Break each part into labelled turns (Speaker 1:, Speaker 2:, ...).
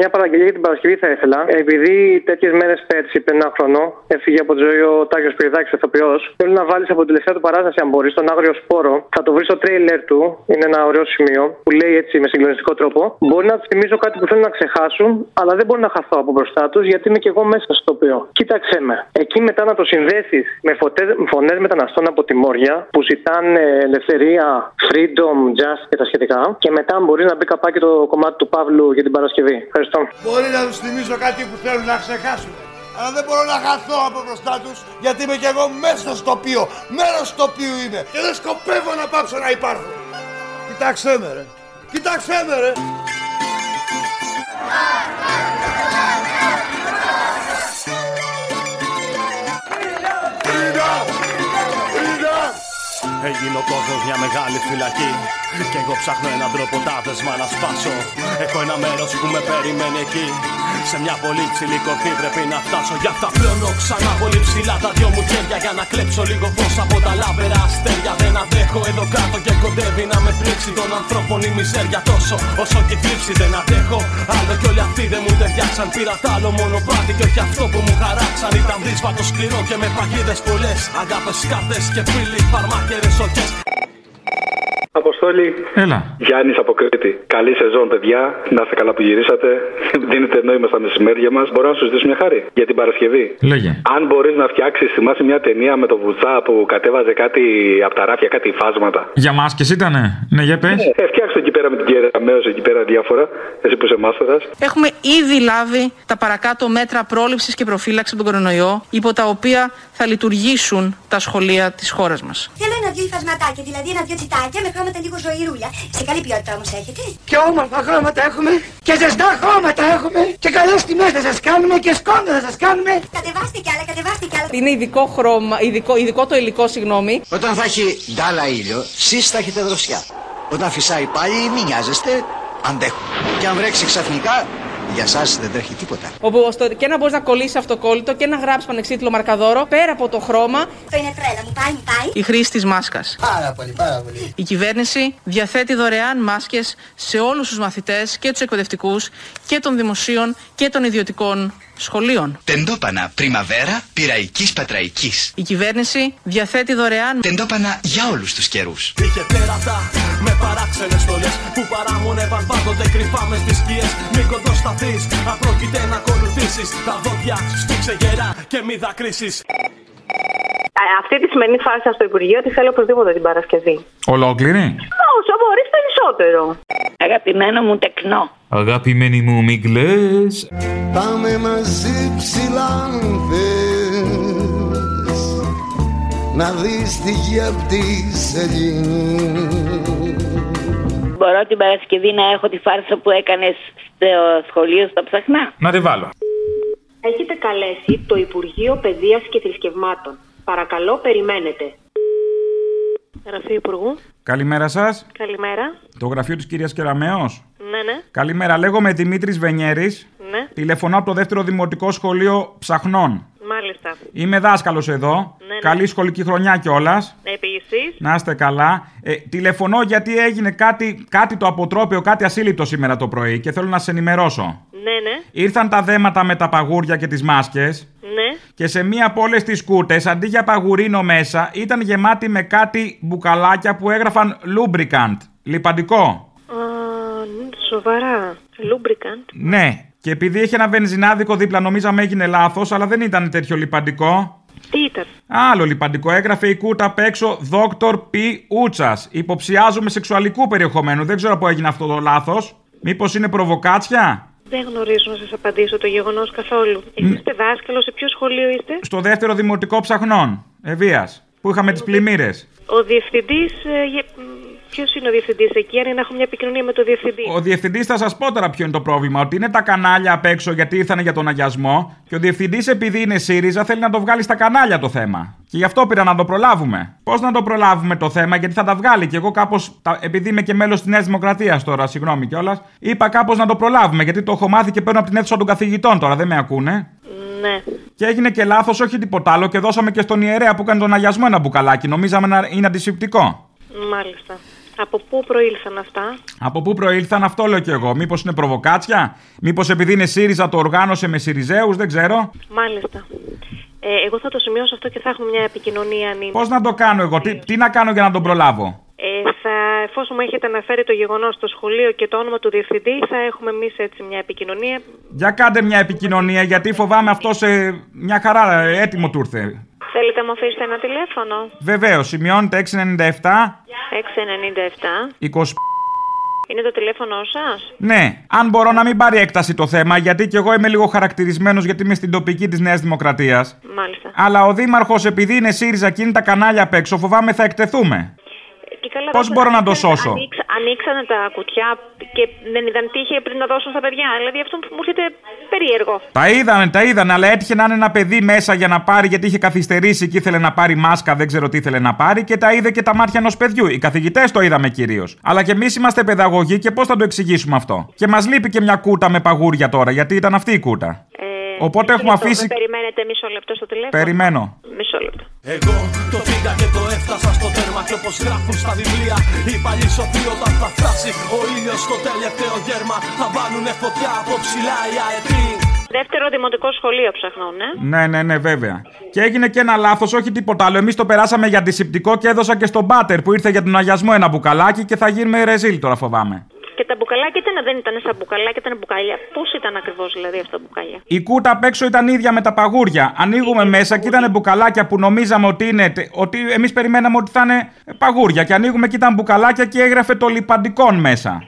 Speaker 1: Μια παραγγελία για την Παρασκευή θα ήθελα. Επειδή τέτοιες μέρες πέρσι, πριν ένα χρόνο, έφυγε από τη ζωή ο Τάγιος Πυρδάκη, ο ηθοποιός. Θέλω να βάλεις από την τελευταία του παράσταση, αν μπορείς, τον Άγριο Σπόρο. Θα το βρεις στο τρέιλερ του. Είναι ένα ωραίο σημείο που λέει έτσι με συγκλονιστικό τρόπο. Μπορεί να τους θυμίζω κάτι που θέλουν να ξεχάσουν, αλλά δεν μπορώ να χαθώ από μπροστά τους γιατί είμαι και εγώ μέσα στο τοπίο. Κοίταξε με. Εκεί μετά να το συνδέσεις με φωνές μεταναστών από τη Μόρια που ζητάνε ελευθερία, freedom, just και τα σχετικά. Και μετά μπορεί να μπει καπάκι το κομμάτι του Παύλου για την Παρασκευή. Ευχαριστώ.
Speaker 2: Μπορεί να τους θυμίζω κάτι που θέλουν να ξεχάσουν. Αλλά δεν μπορώ να χαθώ από μπροστά τους γιατί είμαι κι εγώ μέσα στο τοπίο. Μέρο του τοπίου είμαι. Και δεν σκοπεύω να πάψω να υπάρχω. Κοιτάξτε με, ρε. Κοιτάξτε με, ρε.
Speaker 3: Έγινε ο κόσμος μια μεγάλη φυλακή Κι εγώ ψάχνω έναν τρόπο τα δεσμά να σπάσω Έχω ένα μέρος που με περιμένει εκεί Σε μια πολύ ψηλή κορφή πρέπει να φτάσω Γι' αυτά πλώνω ξανά πολύ ψηλά τα δυο μου χέρια Για να κλέψω λίγο φως από τα λάβερα αστέρια Δεν αντέχω εδώ κάτω και κοντεύει να με πνίξει Των ανθρώπων η μιζέρια τόσο όσο και η θλίψη δεν αντέχω Άλλο κι όλοι αυτοί δεν μου ταιριάξαν Πήρα τ' άλλο μονοπάτι και όχι αυτό που μου χαράξαν Ήταν δύσβατο σκληρό και με παγίδες πολλές Αγάπες κάρτες και φίλοι φαρμάκερες οχές
Speaker 4: Αποστόλη.
Speaker 5: Έλα.
Speaker 4: Γιάννης από Κρήτη. Καλή σεζόν, παιδιά. Να είστε καλά που γυρίσατε. Δίνετε νόημα στα μεσημέρια μας. Μπορώ να σου ζητήσω μια χάρη για την Παρασκευή.
Speaker 5: Λέγε.
Speaker 4: Αν μπορείς να φτιάξεις, θυμάσαι μια ταινία με τον Βουτσά που κατέβαζε κάτι από τα ράφια, κάτι φάσματα.
Speaker 5: Για μάσκε ήτανε. Ναι, για πες.
Speaker 4: Ε, φτιάξτε εκεί πέρα με την κυρία Μέο, εκεί πέρα διάφορα. Εσύ που είσαι μάστορας.
Speaker 6: Έχουμε ήδη λάβει τα παρακάτω μέτρα πρόληψης και προφύλαξης από τον κορονοϊό, υπό τα οποία θα λειτουργήσουν τα σχολεία της χώρας μας.
Speaker 7: Θέλω ένα-δυο υφασματάκια, δηλαδή ένα-δυο τσιτάκια με χρώματα λίγο ζωηρούλια. Σε καλή ποιότητα όμως έχετε.
Speaker 8: Και όμορφα χρώματα έχουμε και ζεστά χρώματα έχουμε και καλές τιμές θα σας κάνουμε και σκόντα θα σας κάνουμε.
Speaker 7: Κατεβάστε κι άλλα, κατεβάστε κι άλλα.
Speaker 9: Είναι ειδικό χρώμα, ειδικό, ειδικό το υλικό, συγγνώμη.
Speaker 10: Όταν θα έχει ντάλα ήλιο, εσείς θα έχετε δροσιά. Όταν φυσάει πάλι, μην νοιάζεστε, αντέχουν. Και αν βρέξει ξαφνικά, για σας δεν τρέχει τίποτα.
Speaker 9: Όπου ώστε και να μπορείς να κολλήσεις αυτοκόλλητο και να γράψεις πανεξίτηλο μαρκαδόρο πέρα από το χρώμα.
Speaker 7: Το είναι τρέλα μου, πάει, μου πάει.
Speaker 6: Η χρήση της μάσκας.
Speaker 10: Πάρα πολύ, πάρα πολύ.
Speaker 6: Η κυβέρνηση διαθέτει δωρεάν μάσκες σε όλους τους μαθητές και τους εκπαιδευτικούς και των δημοσίων και των ιδιωτικών σχολείων.
Speaker 10: Τεντόπανα πριμαβέρα πυραϊκής πατραϊκής.
Speaker 6: Η κυβέρνηση διαθέτει δωρεάν
Speaker 10: Τεντόπανα για όλους τους καιρούς.
Speaker 3: Είχε τέρατα με παράξενες στολές Που παράμονευαν πάντοτε κρυφά μες στις σκιές Μη κοντοσταθείς, απρόκειται να ακολουθήσεις Τα δόντια σφίξε γερά και μη δακρύσεις
Speaker 11: αυτή τη σημερινή φάση στο Υπουργείο τη θέλω οπωσδήποτε την Παρασκευή.
Speaker 5: Ολόκληρη.
Speaker 11: Όσο μπορεί περισσότερο.
Speaker 12: Αγαπημένο μου τεκνό.
Speaker 5: Αγαπημένη μου, μην κλαις.
Speaker 2: Πάμε μαζί ψηλά αν θες, Να δεις τη γη απ' τη σελήνη
Speaker 12: Μπορώ την Παρασκευή να έχω τη φάρσα που έκανες στο σχολείο στα ψαχνά.
Speaker 5: Να τη βάλω.
Speaker 13: Έχετε καλέσει το Υπουργείο Παιδείας και Θρησκευμάτων. Παρακαλώ, περιμένετε. Γραφείο Υπουργού.
Speaker 5: Καλημέρα σας.
Speaker 13: Καλημέρα.
Speaker 5: Το γραφείο της κυρίας Κεραμέως.
Speaker 13: Ναι, ναι.
Speaker 5: Καλημέρα, λέγομαι Δημήτρης Βενιέρης.
Speaker 13: Ναι.
Speaker 5: Τηλεφωνώ από το δεύτερο δημοτικό σχολείο Ψαχνών.
Speaker 13: Μάλιστα.
Speaker 5: Είμαι δάσκαλος εδώ.
Speaker 13: Ναι, ναι.
Speaker 5: Καλή σχολική χρονιά κιόλα.
Speaker 13: Επίση.
Speaker 5: Να είστε καλά. Ε, τηλεφωνώ γιατί έγινε κάτι, κάτι το αποτρόπαιο, κάτι ασύλληπτο σήμερα το πρωί και θέλω να σε ενημερώσω.
Speaker 13: Ναι, ναι.
Speaker 5: Ήρθαν τα δέματα με τα παγούρια και τις μάσκες
Speaker 13: Ναι.
Speaker 5: και σε μία από όλες τις κούτες, αντί για παγουρίνο μέσα, ήταν γεμάτη με κάτι μπουκαλάκια που έγραφαν lubricant, λιπαντικό.
Speaker 13: Α, ναι, σοβαρά. Λούμπρικαντ.
Speaker 5: Ναι, και επειδή είχε ένα βενζινάδικο δίπλα, νομίζαμε έγινε λάθος, αλλά δεν ήταν τέτοιο λιπαντικό.
Speaker 13: Τι ήταν.
Speaker 5: Άλλο λιπαντικό έγραφε η κούτα απ' έξω Dr. P. Ούτσας. Υποψιάζομαι σεξουαλικού περιεχομένου. Δεν ξέρω πού έγινε αυτό το λάθος. Μήπως είναι προβοκάτσια.
Speaker 13: Δεν γνωρίζω να σας απαντήσω το γεγονός καθόλου. Εσείς είστε δάσκαλος, σε ποιο σχολείο είστε.
Speaker 5: Στο δεύτερο δημοτικό ψαχνών, Ευείας, που είχαμε τις πλημμύρες.
Speaker 13: Ο διευθυντής.
Speaker 14: ε,
Speaker 13: Ποιος είναι ο διευθυντής εκεί, αν είναι να έχω μια επικοινωνία με τον διευθυντή.
Speaker 5: Ο διευθυντής θα σας πω τώρα ποιο είναι το πρόβλημα. Ότι είναι τα κανάλια απ' έξω γιατί ήρθανε για τον αγιασμό. Και ο διευθυντής, επειδή είναι ΣΥΡΙΖΑ, θέλει να το βγάλει στα κανάλια το θέμα. Και γι' αυτό πήρα να το προλάβουμε. Πώς να το προλάβουμε το θέμα, γιατί θα τα βγάλει. Και εγώ κάπως. Επειδή είμαι και μέλος της Νέας Δημοκρατίας τώρα, συγγνώμη κιόλας. Είπα κάπως να το προλάβουμε, γιατί το έχω μάθει και παίρνω από την αίθουσα των καθηγητών τώρα, δεν με ακούνε.
Speaker 13: Ναι.
Speaker 5: Και έγινε και λάθος, όχι τίποτα άλλο. Και δώσαμε και στον ιερέα που έκανε τον αγιασμό ένα μπουκαλάκι. Νομίζαμε να είναι αντισηπτικό.
Speaker 13: Μάλιστα.
Speaker 14: Από πού προήλθαν αυτά.
Speaker 5: Από πού προήλθαν, αυτό λέω κι εγώ. Μήπως είναι προβοκάτσια, Μήπως επειδή είναι ΣΥΡΙΖΑ το οργάνωσε με ΣΥΡΙΖΑΕΟΥ, δεν ξέρω.
Speaker 14: Μάλιστα. Ε, εγώ θα το σημειώσω αυτό και θα έχουμε μια επικοινωνία αν είναι.
Speaker 5: Πώς να το κάνω εγώ, τι, τι να κάνω για να τον προλάβω.
Speaker 14: Ε, θα, εφόσον μου έχετε αναφέρει το γεγονός στο σχολείο και το όνομα του διευθυντή, θα έχουμε εμείς έτσι μια επικοινωνία.
Speaker 5: Για κάντε μια επικοινωνία, γιατί φοβάμαι αυτό σε μια χαρά ε, έτοιμο του ήρθε.
Speaker 15: Θέλετε να μου αφήσετε ένα τηλέφωνο.
Speaker 5: Βεβαίως, σημειώνεται 697
Speaker 15: 697.
Speaker 5: 20.
Speaker 15: Είναι το τηλέφωνο σας.
Speaker 5: Ναι, αν μπορώ να μην πάρει έκταση το θέμα, γιατί κι εγώ είμαι λίγο χαρακτηρισμένος γιατί είμαι στην τοπική της Νέας Δημοκρατίας.
Speaker 15: Μάλιστα.
Speaker 5: Αλλά ο Δήμαρχος, επειδή είναι ΣΥΡΙΖΑ και είναι τα κανάλια απ' έξω, φοβάμαι θα εκτεθούμε.
Speaker 15: Και καλά,
Speaker 5: Πώς
Speaker 15: δεν
Speaker 5: μπορώ να το
Speaker 15: ανοίξαν-
Speaker 5: σώσω?
Speaker 15: ανοίξ- ανοίξανε τα κουτιά και δεν είδαν τι είχε πριν να δώσουν στα παιδιά. Δηλαδή αυτό μου έρχεται περίεργο.
Speaker 5: Τα είδανε, τα είδανε, αλλά έτυχε να είναι ένα παιδί μέσα για να πάρει, γιατί είχε καθυστερήσει και ήθελε να πάρει μάσκα, δεν ξέρω τι ήθελε να πάρει, και τα είδε και τα μάτια ενός παιδιού. Οι καθηγητές το είδαμε κυρίως. Αλλά και εμείς είμαστε παιδαγωγοί και πώς θα το εξηγήσουμε αυτό. Και μας λείπει και μια κούτα με παγούρια τώρα, γιατί ήταν αυτή η κούτα. Οπότε έχουμε
Speaker 15: Ε, Μισό λεπτό,
Speaker 5: αφήσει.
Speaker 15: με περιμένετε μισό λεπτό στο τηλέφωνο.
Speaker 5: Περιμένω.
Speaker 15: Μισό λεπτό.
Speaker 3: Εγώ το πήγα και το έφτασα στο τέρμα και όπως γράφουν στα βιβλία Η παλιή σοφή όταν θα φτάσει ο ήλιος στο τελευταίο γέρμα Θα βάλουνε φωτιά από ψηλά οι αετοί
Speaker 15: Δεύτερο δημοτικό σχολείο ψαχνώ, ναι.
Speaker 5: Ναι, ναι, ναι, βέβαια. Και έγινε και ένα λάθος, όχι τίποτα άλλο. Εμείς το περάσαμε για αντισηπτικό και έδωσα και στον μπάτερ που ήρθε για τον αγιασμό ένα μπουκαλάκι και θα γίνουμε ρεζίλ τώρα φοβάμαι.
Speaker 15: Και τα μπουκαλάκια ήταν, δεν ήταν σαν μπουκαλάκια, ήταν μπουκάλια. Πώς ήταν ακριβώς δηλαδή αυτά τα μπουκάλια.
Speaker 5: Η κούτα απ' έξω ήταν ίδια με τα Ε, παγούρια. Ανοίγουμε μέσα και ήταν μπουκαλάκια που νομίζαμε ότι είναι. τε- Ότι εμείς περιμέναμε ότι θα είναι παγούρια. Και ανοίγουμε και ήταν μπουκαλάκια και έγραφε το λιπαντικόν μέσα.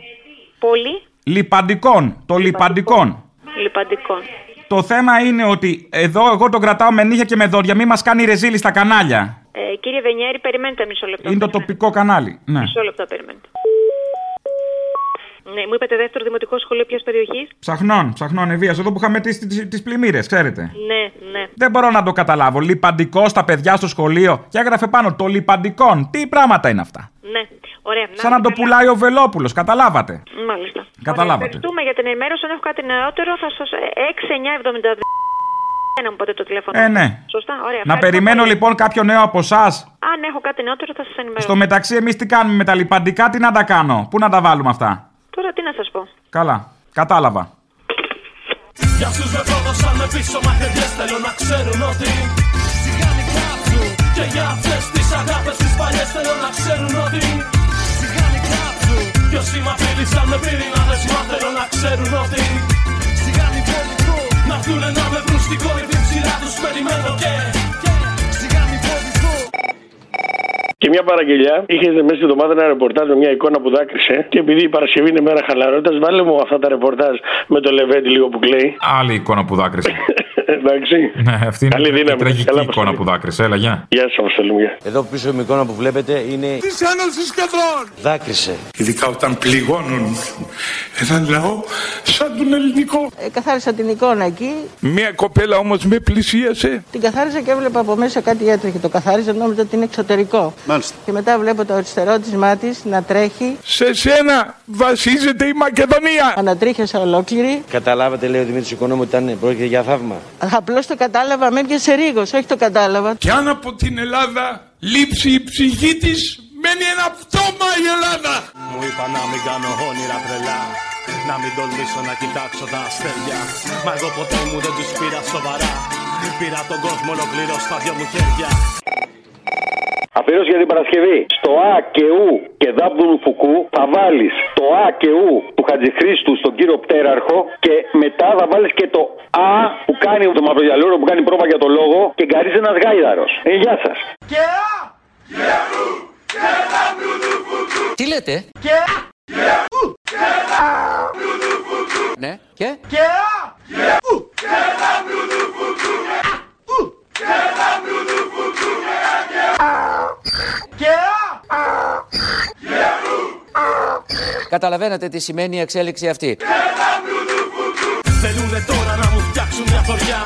Speaker 15: Πολύ
Speaker 5: Λιπαντικόν. Το λιπαντικόν.
Speaker 15: λιπαντικών.
Speaker 5: Το θέμα είναι ότι εδώ εγώ το κρατάω με νύχια και με δόντια. Μην μας κάνει ρεζίλη στα κανάλια.
Speaker 15: Ε, κύριε Βενιέρη, περιμένετε μισό λεπτό.
Speaker 5: Είναι το τοπικό κανάλι. Ναι.
Speaker 15: Μισό λεπτό περιμένετε. Ναι, μου είπατε δεύτερο δημοτικό σχολείο ποιας περιοχής.
Speaker 5: Ψαχνών, ψαχνών ευεία. Εδώ που είχαμε τις πλημμύρες, ξέρετε.
Speaker 15: Ναι, ναι.
Speaker 5: Δεν μπορώ να το καταλάβω. Λιπαντικό στα παιδιά στο σχολείο και έγραφε πάνω το λιπαντικόν. Τι πράγματα είναι αυτά.
Speaker 15: Ναι, ωραία.
Speaker 5: Σαν να το πουλάει ο Βελόπουλος, καταλάβατε.
Speaker 15: Μάλιστα.
Speaker 5: Καταλάβατε.
Speaker 15: Ευχαριστούμε για την ενημέρωση. Αν έχω κάτι νεότερο, θα ε, σα. 6972. Ένα μου πάτε το τηλέφωνο.
Speaker 5: Ε, ναι.
Speaker 15: Σωστά, ωραία.
Speaker 5: Να
Speaker 15: Ευχαριστώ
Speaker 5: περιμένω
Speaker 15: πολύ. Ε.
Speaker 5: λοιπόν κάποιο νέο από εσάς.
Speaker 15: Αν έχω κάτι νεότερο, θα σας ενημερώσω.
Speaker 5: Στο μεταξύ, εμείς τι κάνουμε με τα λιπαντικά, τι να τα κάνω. Πού να τα βάλουμε αυτά.
Speaker 15: Τώρα τι να σας πω.
Speaker 5: Καλά, κατάλαβα.
Speaker 3: Για αυτούς με πρόδωσαν με πίσω μαχαιριές θέλω να ξέρουν ότι Σιγάνι κάψου Και για αυτές τις αγάπες τις παλιές θέλω να ξέρουν ότι Σιγάνι κάψου Κι όσοι μ' απειλήσαν με πυρηνάδες μα θέλω να ξέρουν ότι Σιγάνι φοβικό Να έρθουνε να με βρουν στην κόρη την ψηλά τους περιμένω και Σιγάνι φοβικό
Speaker 16: Και μια παραγγελιά. Είχες μέσα στην εβδομάδα ένα ρεπορτάζ με μια εικόνα που δάκρυσε. Και επειδή η Παρασκευή είναι μέρα χαλαρότητας, βάλε μου αυτά τα ρεπορτάζ με το Λεβέντι λίγο που κλαίει. Ε,
Speaker 17: Άλλη εικόνα που δάκρυσε.
Speaker 16: Εντάξει.
Speaker 17: ναι, αυτή είναι
Speaker 16: Καλή
Speaker 17: η
Speaker 16: δύναμη.
Speaker 17: τραγική
Speaker 16: Καλά,
Speaker 17: εικόνα που δάκρυσε. Έλα, γεια.
Speaker 16: Γεια σας, Αποστολή μου.
Speaker 4: Εδώ πίσω η εικόνα που βλέπετε είναι
Speaker 18: Της Ένωσης Κεντρών.
Speaker 4: δάκρυσε.
Speaker 19: Ειδικά όταν πληγώνουν έναν λαό σαν τον ελληνικό.
Speaker 20: Ε, καθάρισα την εικόνα εκεί,
Speaker 19: Μία κοπέλα όμως με πλησίασε.
Speaker 20: την καθάρισα και έβλεπα από μέσα κάτι έτρεχε. Το καθάριζα, νόμιζα ότι είναι εξωτερικό. Μάλιστα. Και μετά βλέπω το αριστερό της μάτι να τρέχει.
Speaker 19: Σε σένα βασίζεται η Μακεδονία.
Speaker 20: Ανατρίχιασα ολόκληρη.
Speaker 4: Καταλάβατε, λέει ο Δημήτρης Οικονόμου, ότι ήταν πρόκειται για θαύμα.
Speaker 20: Απλώς το κατάλαβα, με έπιασε ρίγος, όχι το κατάλαβα.
Speaker 19: Και αν από την Ελλάδα λείψει η ψυχή της, μένει ένα πτώμα η Ελλάδα.
Speaker 3: Μου είπα να μην κάνω όνειρα τρελά Να μην τολμήσω να κοιτάξω τα αστέρια Μα εγώ ποτέ μου δεν τους πήρα σοβαρά Πήρα τον κόσμο ολοκληρώ στα δυο μου χέρια
Speaker 1: Αφιέρωση για την Παρασκευή. Στο Α και Ου και Δάμπδουλου Φουκού θα βάλεις το Α και Ου του Χατζηχρήστου στον κύριο Πτέραρχο και μετά θα βάλεις και το Α που κάνει το μαυρογιαλούρο που κάνει πρόβα για το λόγο και γκαρίζει ένας γάιδαρος. Ε, γεια σας.
Speaker 2: Και α!
Speaker 4: Τι λέτε,
Speaker 2: Και α!
Speaker 4: ναι, και.
Speaker 2: Και α! Και α!
Speaker 4: Καταλαβαίνετε τι σημαίνει η εξέλιξη αυτή.
Speaker 3: Θέλουνε τώρα να μου φτιάξουν μια θωριά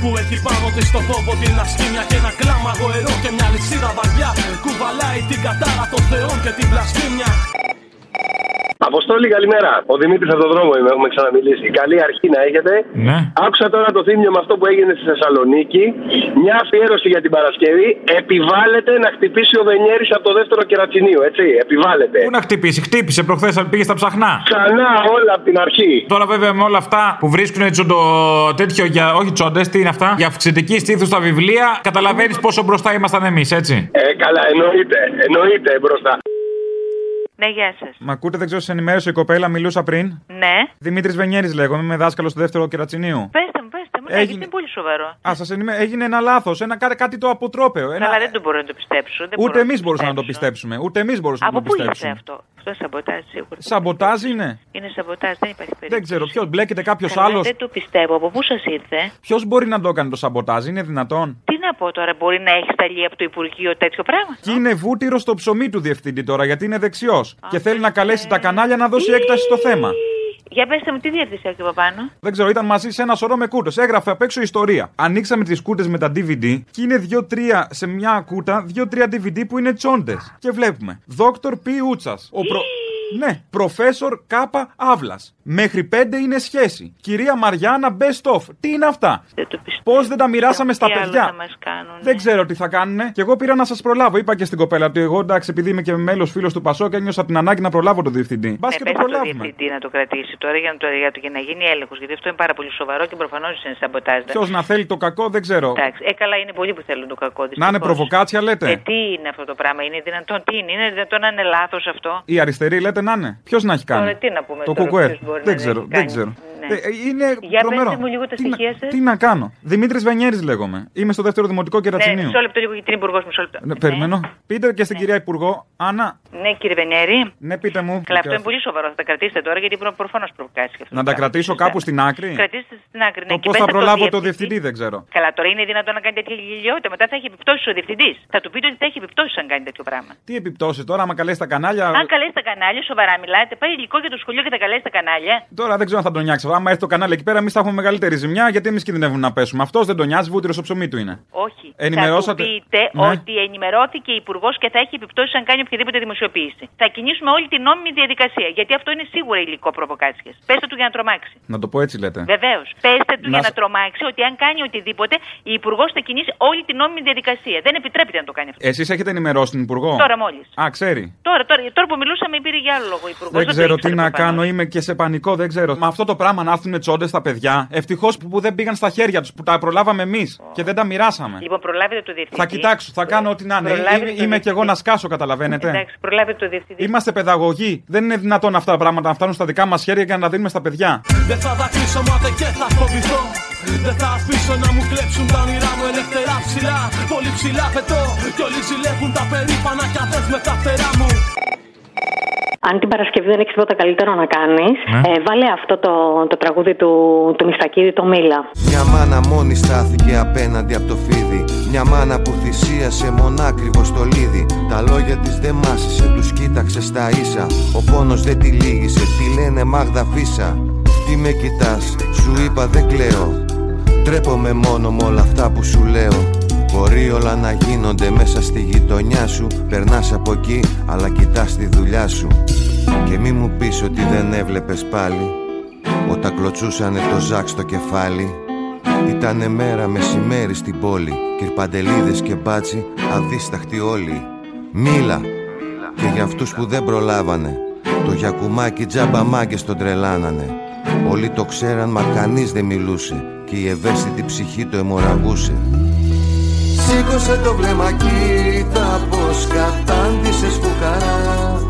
Speaker 3: Που έχει πάνω της το φόβο την ασκήμια Και ένα κλάμα γοερό και μια λυσίδα βαριά Κουβαλάει την κατάρα των θεών και την βλασφήμια
Speaker 1: Αποστόλη, καλημέρα. Ο Δημήτρης από τον δρόμο είμαι, έχουμε ξαναμιλήσει. Καλή αρχή να έχετε.
Speaker 21: Ναι.
Speaker 1: Άκουσα τώρα το θύμιο με αυτό που έγινε στη Θεσσαλονίκη. Μια αφιέρωση για την Παρασκευή. Επιβάλλεται να χτυπήσει ο Βενιέρης από το δεύτερο κερατσινίο, έτσι. Επιβάλλεται.
Speaker 21: Πού να χτυπήσει, χτύπησε προχθές, πήγε στα ψαχνά.
Speaker 1: Ξανά όλα από την αρχή.
Speaker 21: Τώρα βέβαια με όλα αυτά που βρίσκουν τσοντο τέτοιο για. Όχι τσόντες, τι είναι αυτά. Για αυξητική στήθους στα βιβλία, καταλαβαίνεις πόσο μπροστά ήμασταν εμείς, έτσι.
Speaker 1: Ε, καλά, εννοείται. Εννοείται μπροστά.
Speaker 15: Ναι, γεια σας.
Speaker 5: Μα ακούτε, δεν ξέρω, σε ενημέρωσε η κοπέλα, μιλούσα πριν.
Speaker 15: Ναι.
Speaker 5: Δημήτρης Βενιέρης λέγομαι, είμαι δάσκαλος του δεύτερου κερατσινίου.
Speaker 15: Πετε μου, πετε μου, ναι,
Speaker 5: Έγινε.
Speaker 15: γιατί είναι πολύ σοβαρό.
Speaker 5: Α, σας ενημέρωσε. Έγινε ένα λάθος, ένα, κά- κάτι το αποτρόπαιο. Ένα...
Speaker 15: Καλά, δεν το μπορώ να το πιστέψω. Δεν
Speaker 5: Ε, Ούτε
Speaker 15: μπορώ να
Speaker 5: εμεί
Speaker 15: το
Speaker 5: μπορούσαμε να το πιστέψουμε. Ούτε εμείς μπορούσαμε
Speaker 15: Από
Speaker 5: να το
Speaker 15: πού ήρθε
Speaker 5: πιστέψουμε.
Speaker 15: αυτό. Αυτό σαμποτάζ σίγουρα.
Speaker 5: Σαμποτάζ είναι.
Speaker 15: Είναι σαμποτάζ, δεν υπάρχει περίπτωση.
Speaker 5: Δεν ξέρω ποιος. Μπλέκεται κάποιος
Speaker 15: Καλά,
Speaker 5: άλλος.
Speaker 15: Ε, ναι, Δεν το πιστεύω. Από πού σας ήρθε.
Speaker 5: Ποιος μπορεί να το κάνει το σαμποτάζ, είναι δυνατόν.
Speaker 15: Τι να πω τώρα, μπορεί να έχει σταλεί από το Υπουργείο τέτοιο πράγμα.
Speaker 5: Και είναι βούτυρο στο ψωμί του διευθυντή τώρα γιατί είναι δεξιός. Και θέλει να καλέσει τα κανάλια να δώσει έκταση στο θέμα.
Speaker 15: Για πετε μου, τι διεύθυνση έχει από πάνω.
Speaker 5: Δεν ξέρω, ήταν μαζί σε ένα σωρό με κούτε. Έγραφε απ' έξω ιστορία. Ανοίξαμε τις κούτε με τα DVD και είναι δύο-τρία σε μια κούτα, δύο-τρία DVD που είναι τσόντες. Και βλέπουμε. Δόκτωρ Π. Ούτσας. Ο προ... Ναι, προφέσορ Κάπα Αύλας. Μέχρι πέντε είναι σχέση. Κυρία Μαριάννα, best of. Τι είναι αυτά. Πώς δεν τα μοιράσαμε στα
Speaker 15: Τι άλλο
Speaker 5: παιδιά.
Speaker 15: θα μας κάνουν.
Speaker 5: Δεν ξέρω τι θα κάνουνε. Και εγώ πήρα να σας προλάβω. Είπα και στην κοπέλα του. Εγώ εντάξει, επειδή είμαι και μέλος φίλος του Πασόκ, ένιωσα την ανάγκη να προλάβω τον διευθυντή. Μπας και
Speaker 15: ναι,
Speaker 5: το
Speaker 15: πες στο
Speaker 5: προλάβουμε.
Speaker 15: διευθυντή να το κρατήσει τώρα για να, το, για το- για να γίνει έλεγχος. Γιατί αυτό είναι πάρα πολύ σοβαρό και προφανώς είναι σαμποτάζ.
Speaker 5: Ποιος να θέλει το κακό, δεν ξέρω.
Speaker 15: Εντάξει, ε, καλά, είναι πολλοί που θέλουν το κακό.
Speaker 5: Να είναι
Speaker 15: δυστυχώς.
Speaker 5: προβοκάτσια, λέτε.
Speaker 15: Ε, τι είναι αυτό το πράγμα, είναι δυνατόν, τι είναι, είναι δυνατόν να είναι λάθος αυτό.
Speaker 5: Οι αριστεροί λέτε να είναι. Ποιος να έχει κάνει.
Speaker 15: Τώρα τι να πούμε
Speaker 5: Το
Speaker 15: τώρα,
Speaker 5: κουκουέ.
Speaker 15: ποιος μπορεί να
Speaker 5: Δεν
Speaker 15: έχει
Speaker 5: ξέρω,
Speaker 15: κάνει.
Speaker 5: δεν ξέρω.
Speaker 15: Ναι.
Speaker 5: Ε, Είναι
Speaker 15: Για
Speaker 5: τρομερό.
Speaker 15: πέστε μου λίγο
Speaker 5: Τι
Speaker 15: τα
Speaker 5: να-
Speaker 15: στοιχεία σας.
Speaker 5: Τι να κάνω. Δημήτρης Βενιέρη λέγομαι. Είμαι στο δεύτερο δημοτικό
Speaker 15: Ναι,
Speaker 5: κερατσινίου.
Speaker 15: μισό λεπτό Ναι. λίγο, γιατί είναι υπουργός, μισό λεπτό.
Speaker 5: Ναι, Περιμένω. Πείτε και στην κυρία Υπουργό, Άννα,
Speaker 15: Ναι, κύριε Βενιέρη.
Speaker 5: ναι, πείτε μου.
Speaker 15: Καλά, αυτό είναι πολύ σοβαρό. Θα τα κρατήσετε τώρα, γιατί προφανώ προβοκάτσια αυτό.
Speaker 5: Να τα κρατήσω κάπου στην άκρη.
Speaker 15: Κρατήστε στην άκρη. ναι,
Speaker 5: Το
Speaker 15: και
Speaker 5: πώς
Speaker 15: πέστε
Speaker 5: θα
Speaker 15: στο
Speaker 5: προλάβω το
Speaker 15: διευθυντή.
Speaker 5: διευθυντή δεν ξέρω.
Speaker 15: Καλά, τώρα είναι δυνατόν να κάνει τέτοια γελιότητα. Μετά θα έχει επιπτώσεις ο διευθυντής. Θα του πείτε ότι θα έχει επιπτώσεις αν κάνει τέτοιο πράγμα.
Speaker 5: Τι επιπτώσεις τώρα, άμα καλέσει τα κανάλια.
Speaker 15: Αν καλέσει τα κανάλια, σοβαρά μιλάτε, πάει υλικό για το σχολείο και τα ε. καλέσει τα κανάλια.
Speaker 5: Τώρα δεν ξέρω αν θα τον νιάξει. Άμα έρθει το κανάλι εκεί πέρα, εμείς θα έχουμε μεγαλύτερη ζημιά γιατί εμείς κινδυνεύουμε να πέσουμε. Αυτός δεν τον νοιάζει, βούτυρος στο ψωμί του είναι.
Speaker 15: Όχι.
Speaker 5: Ενημερώσατε-
Speaker 15: Θα του πείτε
Speaker 5: Ναι.
Speaker 15: ότι ενημερώθηκε υπουργός και θα έχει επιπτώσεις αν κάνει οποιαδήποτε δημοσιοποίηση. Θα κινήσουμε όλη την νόμιμη διαδικασία. Γιατί αυτό είναι σίγουρα υλικό προβοκάτσια. Πέστε του για να τρομάξει.
Speaker 5: Να το πω έτσι λέτε.
Speaker 15: Βεβαίως. Πέστε του
Speaker 5: Να
Speaker 15: για
Speaker 5: σε-
Speaker 15: να τρομάξει ότι αν κάνει οτιδήποτε, η υπουργός θα κινήσει όλη την νόμιμη διαδικασία. Δεν επιτρέπεται να το κάνει αυτό.
Speaker 5: Εσείς έχετε ενημερώσει την Υπουργό.
Speaker 15: Τώρα μόλις.
Speaker 5: Α, ξέρει.
Speaker 15: Τώρα, τώρα, τώρα που μιλούσαμε, πήρε για άλλο λόγο ο υπουργός.
Speaker 5: Δεν ξέρω τι να κάνω, είμαι και σε πανικό, δεν ξέρω. Με αυτό το πράγμα να έρθουν τσόντε στα παιδιά, ευτυχώς που, που δεν πήγαν στα χέρια τους, που τα προλάβαμε εμείς και δεν τα μοιράσαμε.
Speaker 15: Λοιπόν, προλάβετε το διευθυντή.
Speaker 5: Θα κοιτάξω, ναι. θα κάνω ό,τι να είναι.
Speaker 15: προλάβετε
Speaker 5: Είμαι-
Speaker 15: το
Speaker 5: Είμαι κι εγώ να σκάσω, καταλαβαίνετε.
Speaker 15: Εντάξει, προλάβετε το διευθυντή.
Speaker 5: Είμαστε παιδαγωγοί. Δεν είναι δυνατόν αυτά τα πράγματα να φτάνουν στα δικά μας χέρια και να τα δίνουμε στα παιδιά.
Speaker 3: Δεν θα δακρύσω μάθε και θα φοβηθώ Δεν θα αφήσω να μου κλέψουν τα όνειρά μου ελεύθερα ψηλά Πολύ ψηλά πετώ Κι όλοι ζηλεύουν τα περήφανα κι αδές με τα φτερά μου
Speaker 22: Αν την Παρασκευή δεν έχεις τίποτα καλύτερο να κάνεις,
Speaker 23: Ναι.
Speaker 22: ε, βάλε αυτό το, το τραγούδι του, του Μιστακίδη, το Μίλα.
Speaker 23: Μια μάνα μόνη στάθηκε απέναντι από το φίδι Μια μάνα που θυσίασε μονάκριβο στο λίδι Τα λόγια της δεν μάσησε, τους κοίταξε στα ίσα Ο πόνος δεν τη λύγησε, τη λένε Μάγδα Φίσα Τι με κοιτάς, σου είπα δεν κλαίω Τρέπομαι μόνο με όλα αυτά που σου λέω Μπορεί όλα να γίνονται μέσα στη γειτονιά σου Περνάς από εκεί, αλλά κοιτάς τη δουλειά σου Και μη μου πεις ότι δεν έβλεπες πάλι Όταν κλωτσούσανε το ζάκ στο κεφάλι Ήτανε μέρα μεσημέρι στην πόλη Κυρπαντελίδες και μπάτσι αδίσταχτοι όλοι Μίλα και για αυτούς που δεν προλάβανε Το γιακουμάκι τζάμπα μάγκες τον τρελάνανε Όλοι το ξέραν μα κανείς δεν μιλούσε Και η ευαίσθητη ψυχή το αιμορραγούσε Σήκωσε το βλέμμα κοίτα πως κατάντησες φουκαρά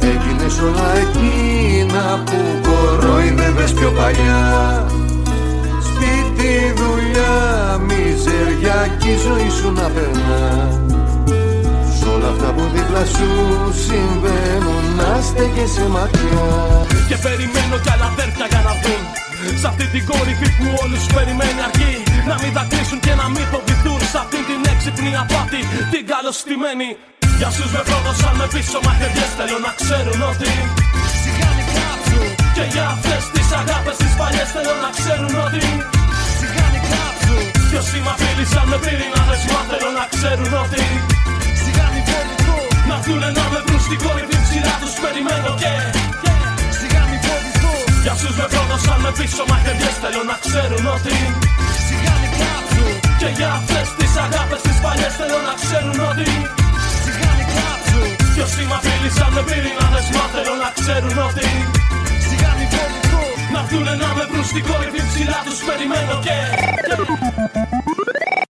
Speaker 23: Έγινες όλα εκείνα που κοροϊδεύες πιο παλιά Σπίτι, δουλειά, μιζεριά κι η ζωή σου να περνά Σ' όλα αυτά που δίπλα σου συμβαίνουν να στέκεσαι μακριά
Speaker 3: Και περιμένω κι άλλα αδέρφια για να βγουν Σ' αυτή την κορυφή που όλους περιμένει αρκεί Να μην δακρύσουν και να μην φοβηθούν Σ' αυτή την έξυπνη απάτη την καλωστημένη Για σους με πρόδωσαν με πίσω μαχαιριές Θέλω να ξέρουν ότι Σιγάνε κάψου Και για αυτές τις αγάπες τις παλιές Θέλω να ξέρουν ότι Σιγάνε κάψου Ποιος είμαι απειλήσαν με πύρινα δεσμά Θέλω να ξέρουν ότι Σιγάνε Να δούνε να με βρουν στην κορυφή ψηλά τους περιμένω και πίσω μαχαιριές θέλω να ξέρουν ότι Σιγάνι κάψου Και για αυτές τις αγάπες τις παλιές θέλω να ξέρουν ότι Σιγάνι κάψου Ποιος είμαι απειλήσαν με πυρηνάδες μα θέλω να ξέρουν ότι Σιγάνι βολικό Να βγουνε να με βρουν στην κορυφή ψηλά τους